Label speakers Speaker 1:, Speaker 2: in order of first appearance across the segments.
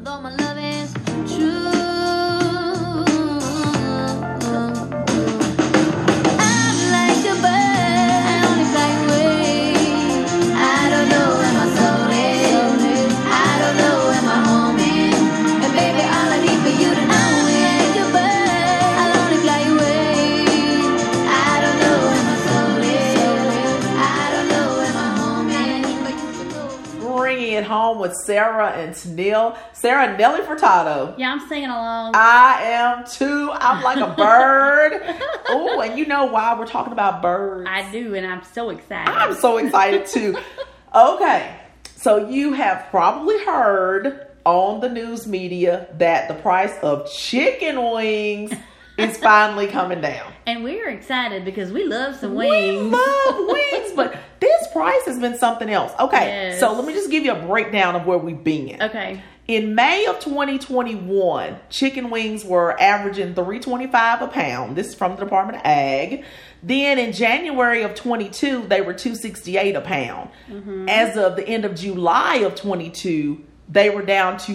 Speaker 1: though my love is true. I'm like a bird, I only fly away. I don't know where my soul is. I don't know where my home is. And baby, all I need for you to know is a bird, I only fly away. I don't know where my soul is. I don't know where my home is.
Speaker 2: Bringing it home with Sarah and Tanil. Sarah Nelly Furtado.
Speaker 3: Yeah, I'm singing along.
Speaker 2: I am too. I'm like a bird. oh, and you know why we're talking about birds.
Speaker 3: I do, and I'm so excited.
Speaker 2: I'm so excited too. Okay, so you have probably heard on the news media that the price of chicken wings is finally coming down.
Speaker 3: and we're excited because we love some
Speaker 2: We
Speaker 3: wings.
Speaker 2: love wings, but this price has been something else. Okay,
Speaker 3: Yes.
Speaker 2: so let me just give you a breakdown of where we've been.
Speaker 3: okay.
Speaker 2: In May of 2021, chicken wings were averaging 325 a pound. This is from the Department of Ag. Then in January of 22, they were 268 a pound.
Speaker 3: Mm-hmm.
Speaker 2: As of the end of July of 22, they were down to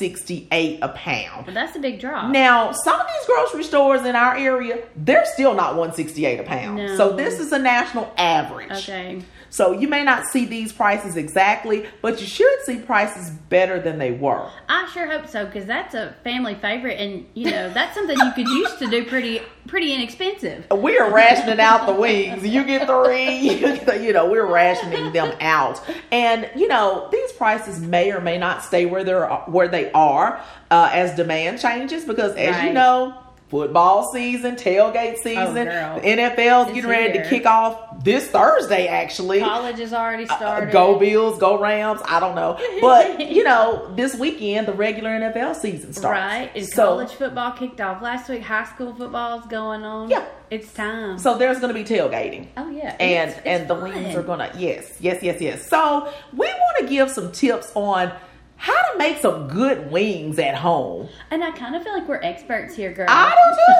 Speaker 2: 168 a pound.
Speaker 3: But that's a big drop.
Speaker 2: Now, some of these grocery stores in our area, they're still not 168 a pound.
Speaker 3: No.
Speaker 2: So this is a national average.
Speaker 3: okay.
Speaker 2: So you may not see these prices exactly, but you should see prices better than they were.
Speaker 3: I sure hope so because that's a family favorite, and you know that's something you could used to do pretty pretty inexpensive.
Speaker 2: We are rationing out the wings. You get three. You, get the- you know, we're rationing them out. And you know, these prices may or may not stay where they're where they are uh, as demand changes because, as you
Speaker 3: Right. Oh,
Speaker 2: know. Football season, tailgate season, the
Speaker 3: girl.
Speaker 2: NFL's getting
Speaker 3: It's
Speaker 2: ready to
Speaker 3: here.
Speaker 2: kick off this Thursday. Actually,
Speaker 3: College has already started.
Speaker 2: Uh, Go Bills, go Rams. I don't know, but you know, this weekend the regular NFL season starts.
Speaker 3: Right, and
Speaker 2: so,
Speaker 3: college football kicked off last week. High school football's going on.
Speaker 2: Yeah.
Speaker 3: it's time.
Speaker 2: so there's going to be tailgating,
Speaker 3: oh yeah,
Speaker 2: and
Speaker 3: it's- it's
Speaker 2: and the
Speaker 3: fun.
Speaker 2: wings are going to yes, yes, yes, yes. So we want to give some tips on how to make some good wings at home.
Speaker 3: And I kind of feel like we're experts here, girl.
Speaker 2: I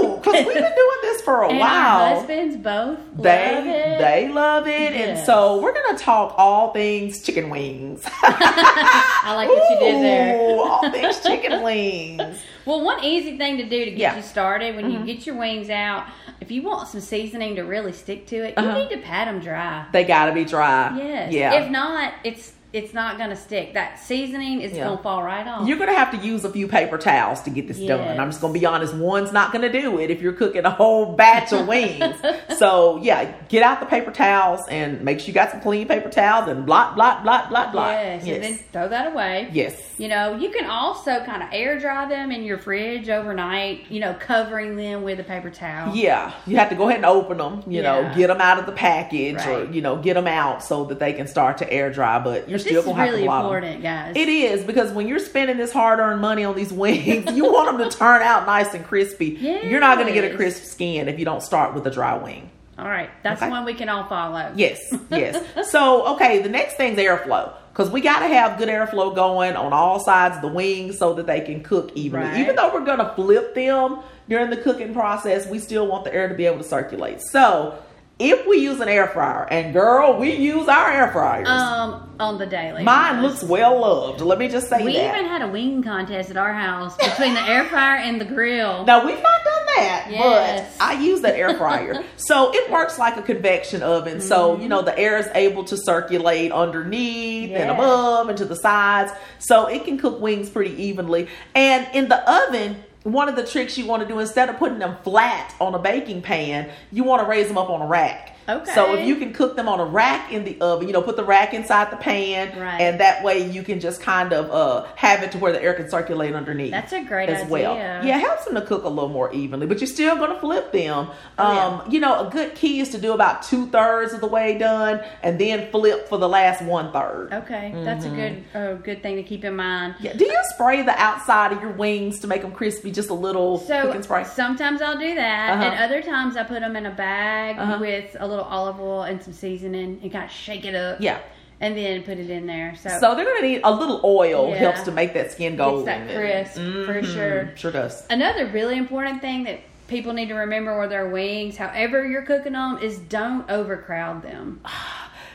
Speaker 2: do too, because we've been doing this for a
Speaker 3: Oh. and
Speaker 2: while.
Speaker 3: Our husbands both
Speaker 2: they
Speaker 3: love it.
Speaker 2: they love it, and
Speaker 3: Yes.
Speaker 2: so we're gonna talk all things chicken wings.
Speaker 3: I like what you did there.
Speaker 2: Ooh, all things chicken wings.
Speaker 3: Well, one easy thing to do to get
Speaker 2: Yeah. Mm-hmm.
Speaker 3: you started when you get your wings out, if you want some seasoning to really stick to it,
Speaker 2: Uh-huh.
Speaker 3: you need to pat them dry.
Speaker 2: They gotta be dry.
Speaker 3: Yes.
Speaker 2: Yeah.
Speaker 3: If not, it's it's not gonna stick. That seasoning is
Speaker 2: Yeah.
Speaker 3: gonna fall right off.
Speaker 2: you're gonna have to use a few paper towels to get this done.
Speaker 3: Yes.
Speaker 2: I'm just gonna be honest, one's not gonna do it if you're cooking a whole batch of wings. so yeah, get out the paper towels and make sure you got some clean paper towels and blot, blot, blot, blot, blot.
Speaker 3: yes. And then throw that away.
Speaker 2: yes.
Speaker 3: You know, you can also kind of air dry them in your fridge overnight. You know, covering them with a paper towel.
Speaker 2: Yeah, you have to go ahead and open them. You know,
Speaker 3: Yeah.
Speaker 2: get them out of the package, or
Speaker 3: Right.
Speaker 2: you know, get them out so that they can start to air dry. But you're
Speaker 3: This
Speaker 2: still
Speaker 3: is
Speaker 2: gonna have
Speaker 3: really
Speaker 2: to blot 'em.
Speaker 3: important, guys.
Speaker 2: It is because when you're spending this hard-earned money on these wings, you want them to turn out nice and crispy. You're not going to get a
Speaker 3: Yes.
Speaker 2: crisp skin if you don't start with a dry wing.
Speaker 3: All right, that's
Speaker 2: Okay.
Speaker 3: one we can all follow.
Speaker 2: Yes, yes. so, okay, the next thing's airflow because we got to have good airflow going on all sides of the wings so that they can cook evenly.
Speaker 3: Right.
Speaker 2: Even though we're going to flip them during the cooking process, we still want the air to be able to circulate. So, if we use an air fryer, and girl, we use our air fryers.
Speaker 3: Um, on the daily.
Speaker 2: Mine looks well loved. Let me just say
Speaker 3: We
Speaker 2: that.
Speaker 3: even had a wing contest at our house between the air fryer and the grill.
Speaker 2: Now we've not done that,
Speaker 3: Yes.
Speaker 2: but I use that air fryer. so it works like a convection oven. So you know the air is able to circulate underneath and
Speaker 3: Yes.
Speaker 2: above and to the sides. So it can cook wings pretty evenly. And in the oven, one of the tricks you want to do instead of putting them flat on a baking pan, you want to raise them up on a rack.
Speaker 3: Okay.
Speaker 2: So if you can cook them on a rack in the oven, you know, put the rack inside the pan,
Speaker 3: Right.
Speaker 2: and that way you can just kind of uh, have it to where the air can circulate underneath
Speaker 3: That's a great
Speaker 2: as
Speaker 3: idea.
Speaker 2: well. Yeah, it helps them to cook a little more evenly, but you're still going to flip them. Um,
Speaker 3: Oh, yeah.
Speaker 2: You know, a good key is to do about two thirds of the way done and then flip for the last one third.
Speaker 3: Okay, that's a good oh, good thing to keep in mind.
Speaker 2: Mm-hmm. Yeah. Do you spray the outside of your wings to make them crispy just a little
Speaker 3: So
Speaker 2: cooking spray?
Speaker 3: sometimes I'll do that,
Speaker 2: Uh-huh.
Speaker 3: and other times I put them in a bag
Speaker 2: Uh-huh.
Speaker 3: with a little olive oil and some seasoning and kind of shake it up.
Speaker 2: Yeah.
Speaker 3: and then put it in there. So,
Speaker 2: So they're going to need a little oil
Speaker 3: Yeah.
Speaker 2: helps to make that skin
Speaker 3: it's
Speaker 2: golden.
Speaker 3: that crisp for sure.
Speaker 2: Sure does.
Speaker 3: Another really important thing that people need to remember with their wings, however you're cooking them, is don't overcrowd them.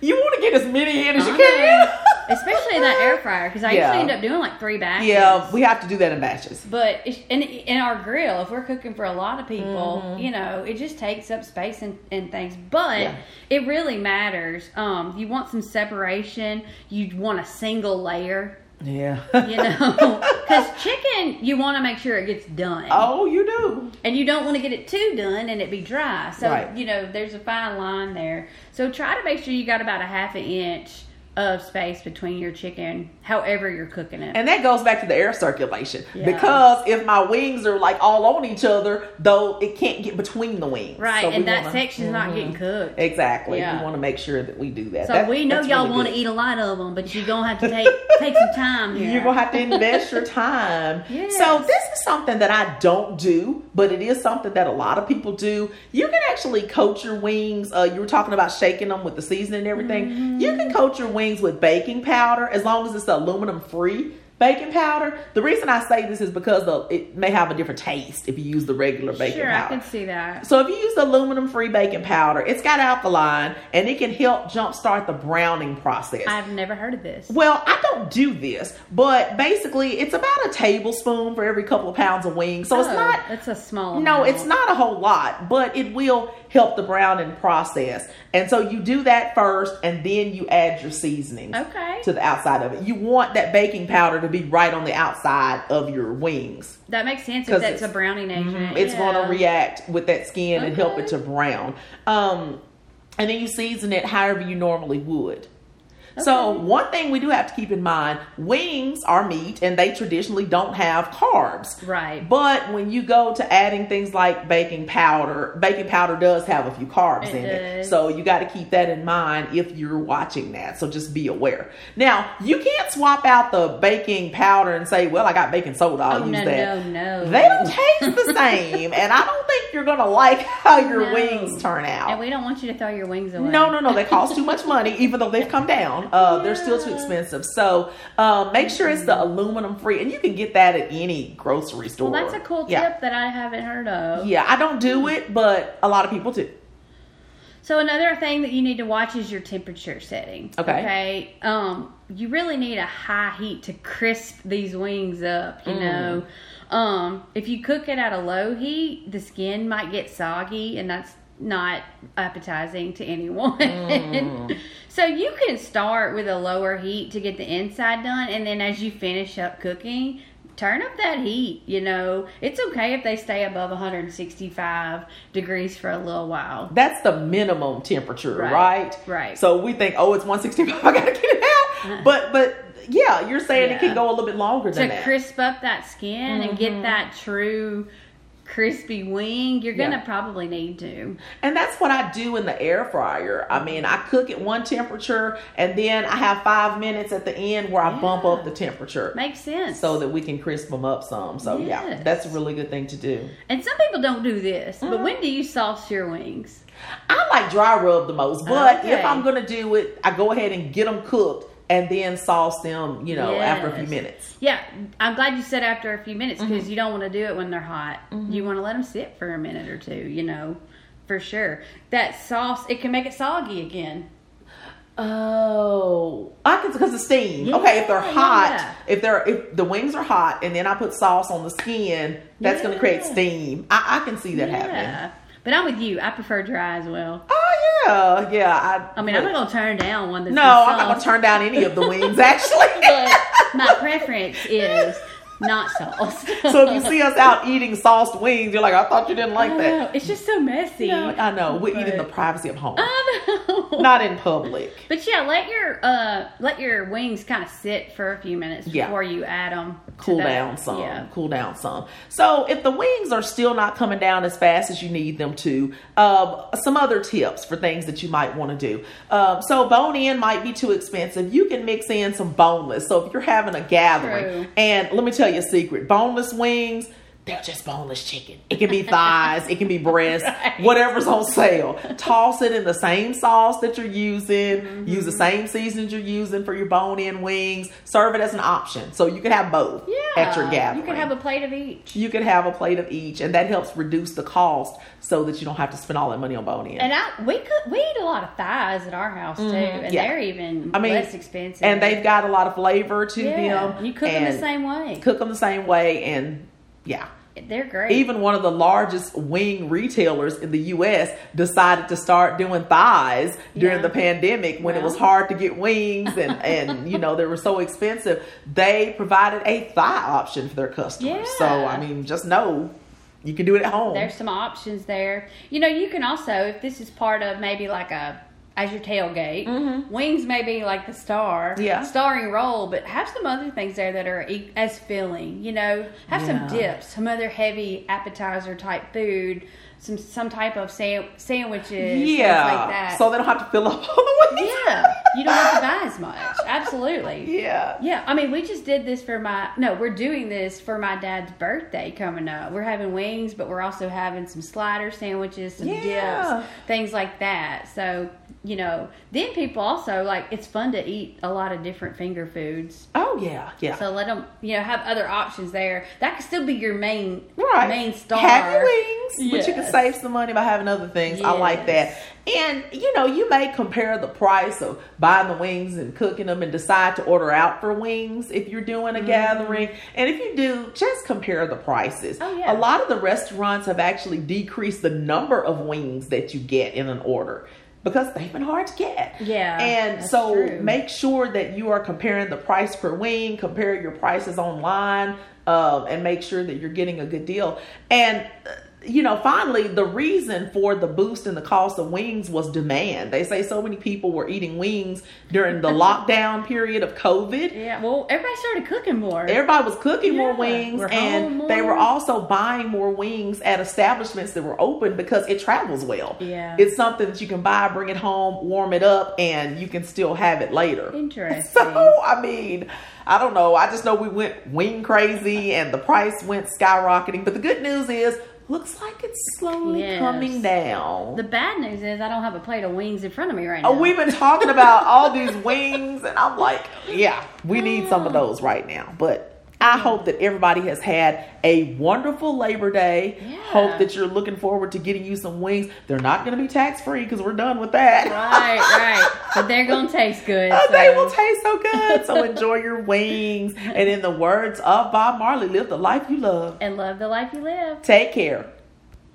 Speaker 2: You want to get as many in as you
Speaker 3: I
Speaker 2: can.
Speaker 3: know. Especially Especially that air fryer because I
Speaker 2: Yeah.
Speaker 3: usually end up doing like three batches.
Speaker 2: Yeah, we have to do that in batches.
Speaker 3: But it's- in in our grill, if we're cooking for a lot of people, you know, it just takes up space and, and things. But
Speaker 2: Mm-hmm. Yeah.
Speaker 3: it really matters. Um, you want some separation. You want a single layer,
Speaker 2: Yeah.
Speaker 3: you know, because chicken you want to make sure it gets done,
Speaker 2: oh, you do.
Speaker 3: and you don't want to get it too done and it be dry. So
Speaker 2: Right.
Speaker 3: you know, there's a fine line there. So try to make sure you got about a half an inch of space between your chicken, however you're cooking it.
Speaker 2: And that goes back to the air circulation
Speaker 3: Yeah.
Speaker 2: because if my wings are like all on each other, though it can't get between the wings.
Speaker 3: Right,
Speaker 2: So we
Speaker 3: and that
Speaker 2: wanna- Mm-hmm.
Speaker 3: section's not getting cooked.
Speaker 2: Exactly.
Speaker 3: Yeah.
Speaker 2: We want to make sure that we do that.
Speaker 3: So
Speaker 2: That-
Speaker 3: we know
Speaker 2: that's
Speaker 3: y'all
Speaker 2: really
Speaker 3: want
Speaker 2: good.
Speaker 3: to eat a lot of them, but you're gonna have to take take some time here.
Speaker 2: You're gonna have to invest your time.
Speaker 3: Yes.
Speaker 2: So this is something that I don't do, but it is something that a lot of people do. You can actually coat your wings. Uh, you were talking about shaking them with the seasoning and everything.
Speaker 3: Mm-hmm.
Speaker 2: You can coat your wings with baking powder as long as it's aluminum free baking powder. The reason I say this is because the, it may have a different taste if you use the regular baking
Speaker 3: sure, I
Speaker 2: powder.
Speaker 3: can see that.
Speaker 2: So if you use aluminum free baking powder, it's got alkaline and it can help jumpstart the browning process.
Speaker 3: I've never heard of this.
Speaker 2: Well, I don't do this, but basically, it's about a tablespoon for every couple of pounds of wings. So it's
Speaker 3: Oh,
Speaker 2: not.
Speaker 3: That's a small.
Speaker 2: No,
Speaker 3: amount.
Speaker 2: it's not a whole lot, but it will help the browning process. And so you do that first, and then you add your seasonings
Speaker 3: Okay.
Speaker 2: to the outside of it. You want that baking powder to be right on the outside of your wings.
Speaker 3: That makes sense
Speaker 2: 'Cause
Speaker 3: if that's a
Speaker 2: it's- Mm-hmm.
Speaker 3: browning agent.
Speaker 2: It's
Speaker 3: Mm-hmm. yeah. Mm-hmm.
Speaker 2: going to react with that skin and help
Speaker 3: Okay.
Speaker 2: it to brown. Um, and then you season it however you normally would. So
Speaker 3: Okay.
Speaker 2: one thing we do have to keep in mind: wings are meat, and they traditionally don't have carbs.
Speaker 3: Right.
Speaker 2: But when you go to adding things like baking powder, baking powder does have a few carbs
Speaker 3: It
Speaker 2: in it.
Speaker 3: does.
Speaker 2: So you got to keep that in mind if you're watching that. So just be aware. Now you can't swap out the baking powder and say, "Well, I got baking soda. I'll
Speaker 3: Oh,
Speaker 2: use
Speaker 3: no,
Speaker 2: that."
Speaker 3: no, no.
Speaker 2: They don't taste the same, and I don't think you're gonna like how your
Speaker 3: No.
Speaker 2: wings turn out.
Speaker 3: And we don't want you to throw your wings away.
Speaker 2: No, no, no. They cost too much money, even though they've come down. Uh, They're still too
Speaker 3: Yeah.
Speaker 2: expensive. So uh, make sure it's the aluminum free, and you can get that at any grocery store.
Speaker 3: Well, that's a cool
Speaker 2: yeah.
Speaker 3: tip that I haven't heard of.
Speaker 2: Yeah, I don't do it, but a lot of people do.
Speaker 3: So another thing that you need to watch is your temperature setting.
Speaker 2: Okay.
Speaker 3: Okay. Um, you really need a high heat to crisp these wings up. You know, um, if you cook it at a low heat, the skin might get soggy, and that's not appetizing to anyone. so you can start with a lower heat to get the inside done, and then as you finish up cooking. Turn up that heat, you know. It's okay if they stay above 165 degrees for a little while.
Speaker 2: That's the minimum temperature, right?
Speaker 3: Right, right. Uh-huh.
Speaker 2: So we think, oh, it's 165. I gotta get it out. But, but yeah, you're saying it can
Speaker 3: Yeah.
Speaker 2: go a little bit longer than
Speaker 3: to
Speaker 2: that. Mm-hmm.
Speaker 3: crisp up that skin and get that true crispy wing, you're gonna
Speaker 2: Yeah.
Speaker 3: probably need to.
Speaker 2: And that's what I do in the air fryer.
Speaker 3: Mm-hmm.
Speaker 2: I mean, I cook at one temperature and then I have five minutes at the end where I bump
Speaker 3: Yeah.
Speaker 2: up the temperature
Speaker 3: Makes sense.
Speaker 2: so that we can crisp them up some. So, yeah,
Speaker 3: Yes.
Speaker 2: that's a really good thing to do.
Speaker 3: and some people don't do this,
Speaker 2: Mm-hmm.
Speaker 3: but when do you sauce your wings?
Speaker 2: I like dry rub the most, but if
Speaker 3: Okay.
Speaker 2: I'm going to do it, I go ahead and get them cooked and then sauce them, you know, after a few
Speaker 3: Yes.
Speaker 2: minutes.
Speaker 3: Yeah, I'm glad you said after a few minutes
Speaker 2: Mm-hmm.
Speaker 3: because you don't want to do it when they're hot. You want to let them sit for a minute or two, you know, for sure. That sauce, it can make it soggy again.
Speaker 2: Oh, I can because the steam. okay, if they're
Speaker 3: Yeah,
Speaker 2: hot,
Speaker 3: yeah.
Speaker 2: if they're if the wings are hot, and then I put sauce on the skin, that's going to create
Speaker 3: Yeah.
Speaker 2: steam. I, I can see that happening.
Speaker 3: But I'm with you. I prefer dry as well.
Speaker 2: Oh yeah, yeah. I,
Speaker 3: I mean, I'm not gonna turn down one that's
Speaker 2: No,
Speaker 3: been
Speaker 2: I'm not gonna
Speaker 3: sauced.
Speaker 2: turn down any of the wings actually.
Speaker 3: but my preference is not sauce.
Speaker 2: so if you see us out eating sauced wings, you're like, I thought you didn't like that.
Speaker 3: it's just so messy.
Speaker 2: No, I know. We're eating the
Speaker 3: But-
Speaker 2: privacy of home,
Speaker 3: I know.
Speaker 2: not in public.
Speaker 3: but yeah, let your uh, let your wings kind of sit for a few minutes
Speaker 2: Yeah.
Speaker 3: before you add them.
Speaker 2: Cool down some.
Speaker 3: Yeah.
Speaker 2: Cool down some. So if the wings are still not coming down as fast as you need them to, um, some other tips for things that you might want to do. Um, so bone in might be too expensive. You can mix in some boneless. So if you're having a gathering,
Speaker 3: True.
Speaker 2: and let me tell you a secret: boneless wings. they're just boneless chicken. It can be thighs, it can be breasts, whatever's on sale. Toss it in the same sauce that you're using, use
Speaker 3: Mm-hmm.
Speaker 2: the same seasonings you're using for your bone in wings, serve it as an option. So you can have both
Speaker 3: Yeah.
Speaker 2: at your gathering.
Speaker 3: You could have a plate of each.
Speaker 2: you could have a plate of each, and that helps reduce the cost so that you don't have to spend all that money on bone in.
Speaker 3: And I we could we eat a lot of thighs at our house too, and
Speaker 2: Mm-hmm. yeah.
Speaker 3: they're even
Speaker 2: I mean,
Speaker 3: less expensive.
Speaker 2: and they've got a lot of flavor to
Speaker 3: yeah,
Speaker 2: them.
Speaker 3: You cook them the
Speaker 2: and
Speaker 3: same way.
Speaker 2: Cook them the same way, and yeah.
Speaker 3: they're great.
Speaker 2: Even one of the largest wing retailers in the U.S. decided to start doing thighs during
Speaker 3: Yeah.
Speaker 2: the pandemic when it
Speaker 3: Well.
Speaker 2: was hard to get wings and and you know they were so expensive. They provided a thigh option for their customers. So
Speaker 3: Yeah.
Speaker 2: I mean, just know you can do it at home.
Speaker 3: There's some options there. You know, you can also, if this is part of maybe like a as your tailgate, wings may be like the star,
Speaker 2: Mm-hmm. Yeah.
Speaker 3: starring role, but have some other things there that are e- as filling. You know, have some
Speaker 2: Yeah.
Speaker 3: dips, some other heavy appetizer type food, some some type of sa- sandwiches, things
Speaker 2: yeah,
Speaker 3: like that.
Speaker 2: so they don't have to fill up all the wings.
Speaker 3: yeah, you don't have to buy as much. Absolutely.
Speaker 2: yeah.
Speaker 3: Yeah, I mean, we just did this for my no, we're doing this for my dad's birthday coming up. We're having wings, but we're also having some slider sandwiches, some
Speaker 2: Yeah.
Speaker 3: dips, things like that. So you know, then people also like it's fun to eat a lot of different finger foods.
Speaker 2: Oh yeah, yeah.
Speaker 3: So let them you know have other options there. That could still be your main
Speaker 2: right.
Speaker 3: main star.
Speaker 2: Have your wings, but you can
Speaker 3: Yes.
Speaker 2: save some money by having other things. I like that.
Speaker 3: Yes.
Speaker 2: And you know, you may compare the price of buying the wings and cooking them and decide to order out for wings if you're doing a
Speaker 3: Mm-hmm.
Speaker 2: gathering. And if you do, just compare the prices.
Speaker 3: Oh, yeah.
Speaker 2: A lot of the restaurants have actually decreased the number of wings that you get in an order. Because they've been hard to get.
Speaker 3: Yeah,
Speaker 2: And
Speaker 3: that's
Speaker 2: so
Speaker 3: true.
Speaker 2: make sure that you are comparing the price per wing, compare your prices online, um, and make sure that you're getting a good deal. And, uh, you know, finally, the reason for the boost in the cost of wings was demand. They say so many people were eating wings during the lockdown period of COVID.
Speaker 3: Yeah, well, everybody started cooking more.
Speaker 2: Everybody was cooking more
Speaker 3: Yeah,
Speaker 2: wings,
Speaker 3: we're
Speaker 2: and
Speaker 3: home
Speaker 2: they were
Speaker 3: more.
Speaker 2: also buying more wings at establishments that were open because it travels well.
Speaker 3: Yeah.
Speaker 2: it's something that you can buy, bring it home, warm it up, and you can still have it later.
Speaker 3: Interesting.
Speaker 2: So I mean, I don't know. I just know we went wing crazy, and the price went skyrocketing. But the good news is, looks like it's slowly
Speaker 3: Yes.
Speaker 2: coming down.
Speaker 3: the bad news is I don't have a plate of wings in front of me right now.
Speaker 2: Oh, we've been talking about all these wings, and I'm like, yeah, we need some of those right now. But I hope that everybody has had a wonderful Labor Day.
Speaker 3: Yeah.
Speaker 2: Hope that you're looking forward to getting you some wings. They're not going to be tax free because we're done with that.
Speaker 3: Right, right. But they're gonna taste good.
Speaker 2: Uh, They
Speaker 3: so-
Speaker 2: will taste so good. So enjoy your wings. And in the words of Bob Marley, live the life you love.
Speaker 3: and love the life you live.
Speaker 2: Take care.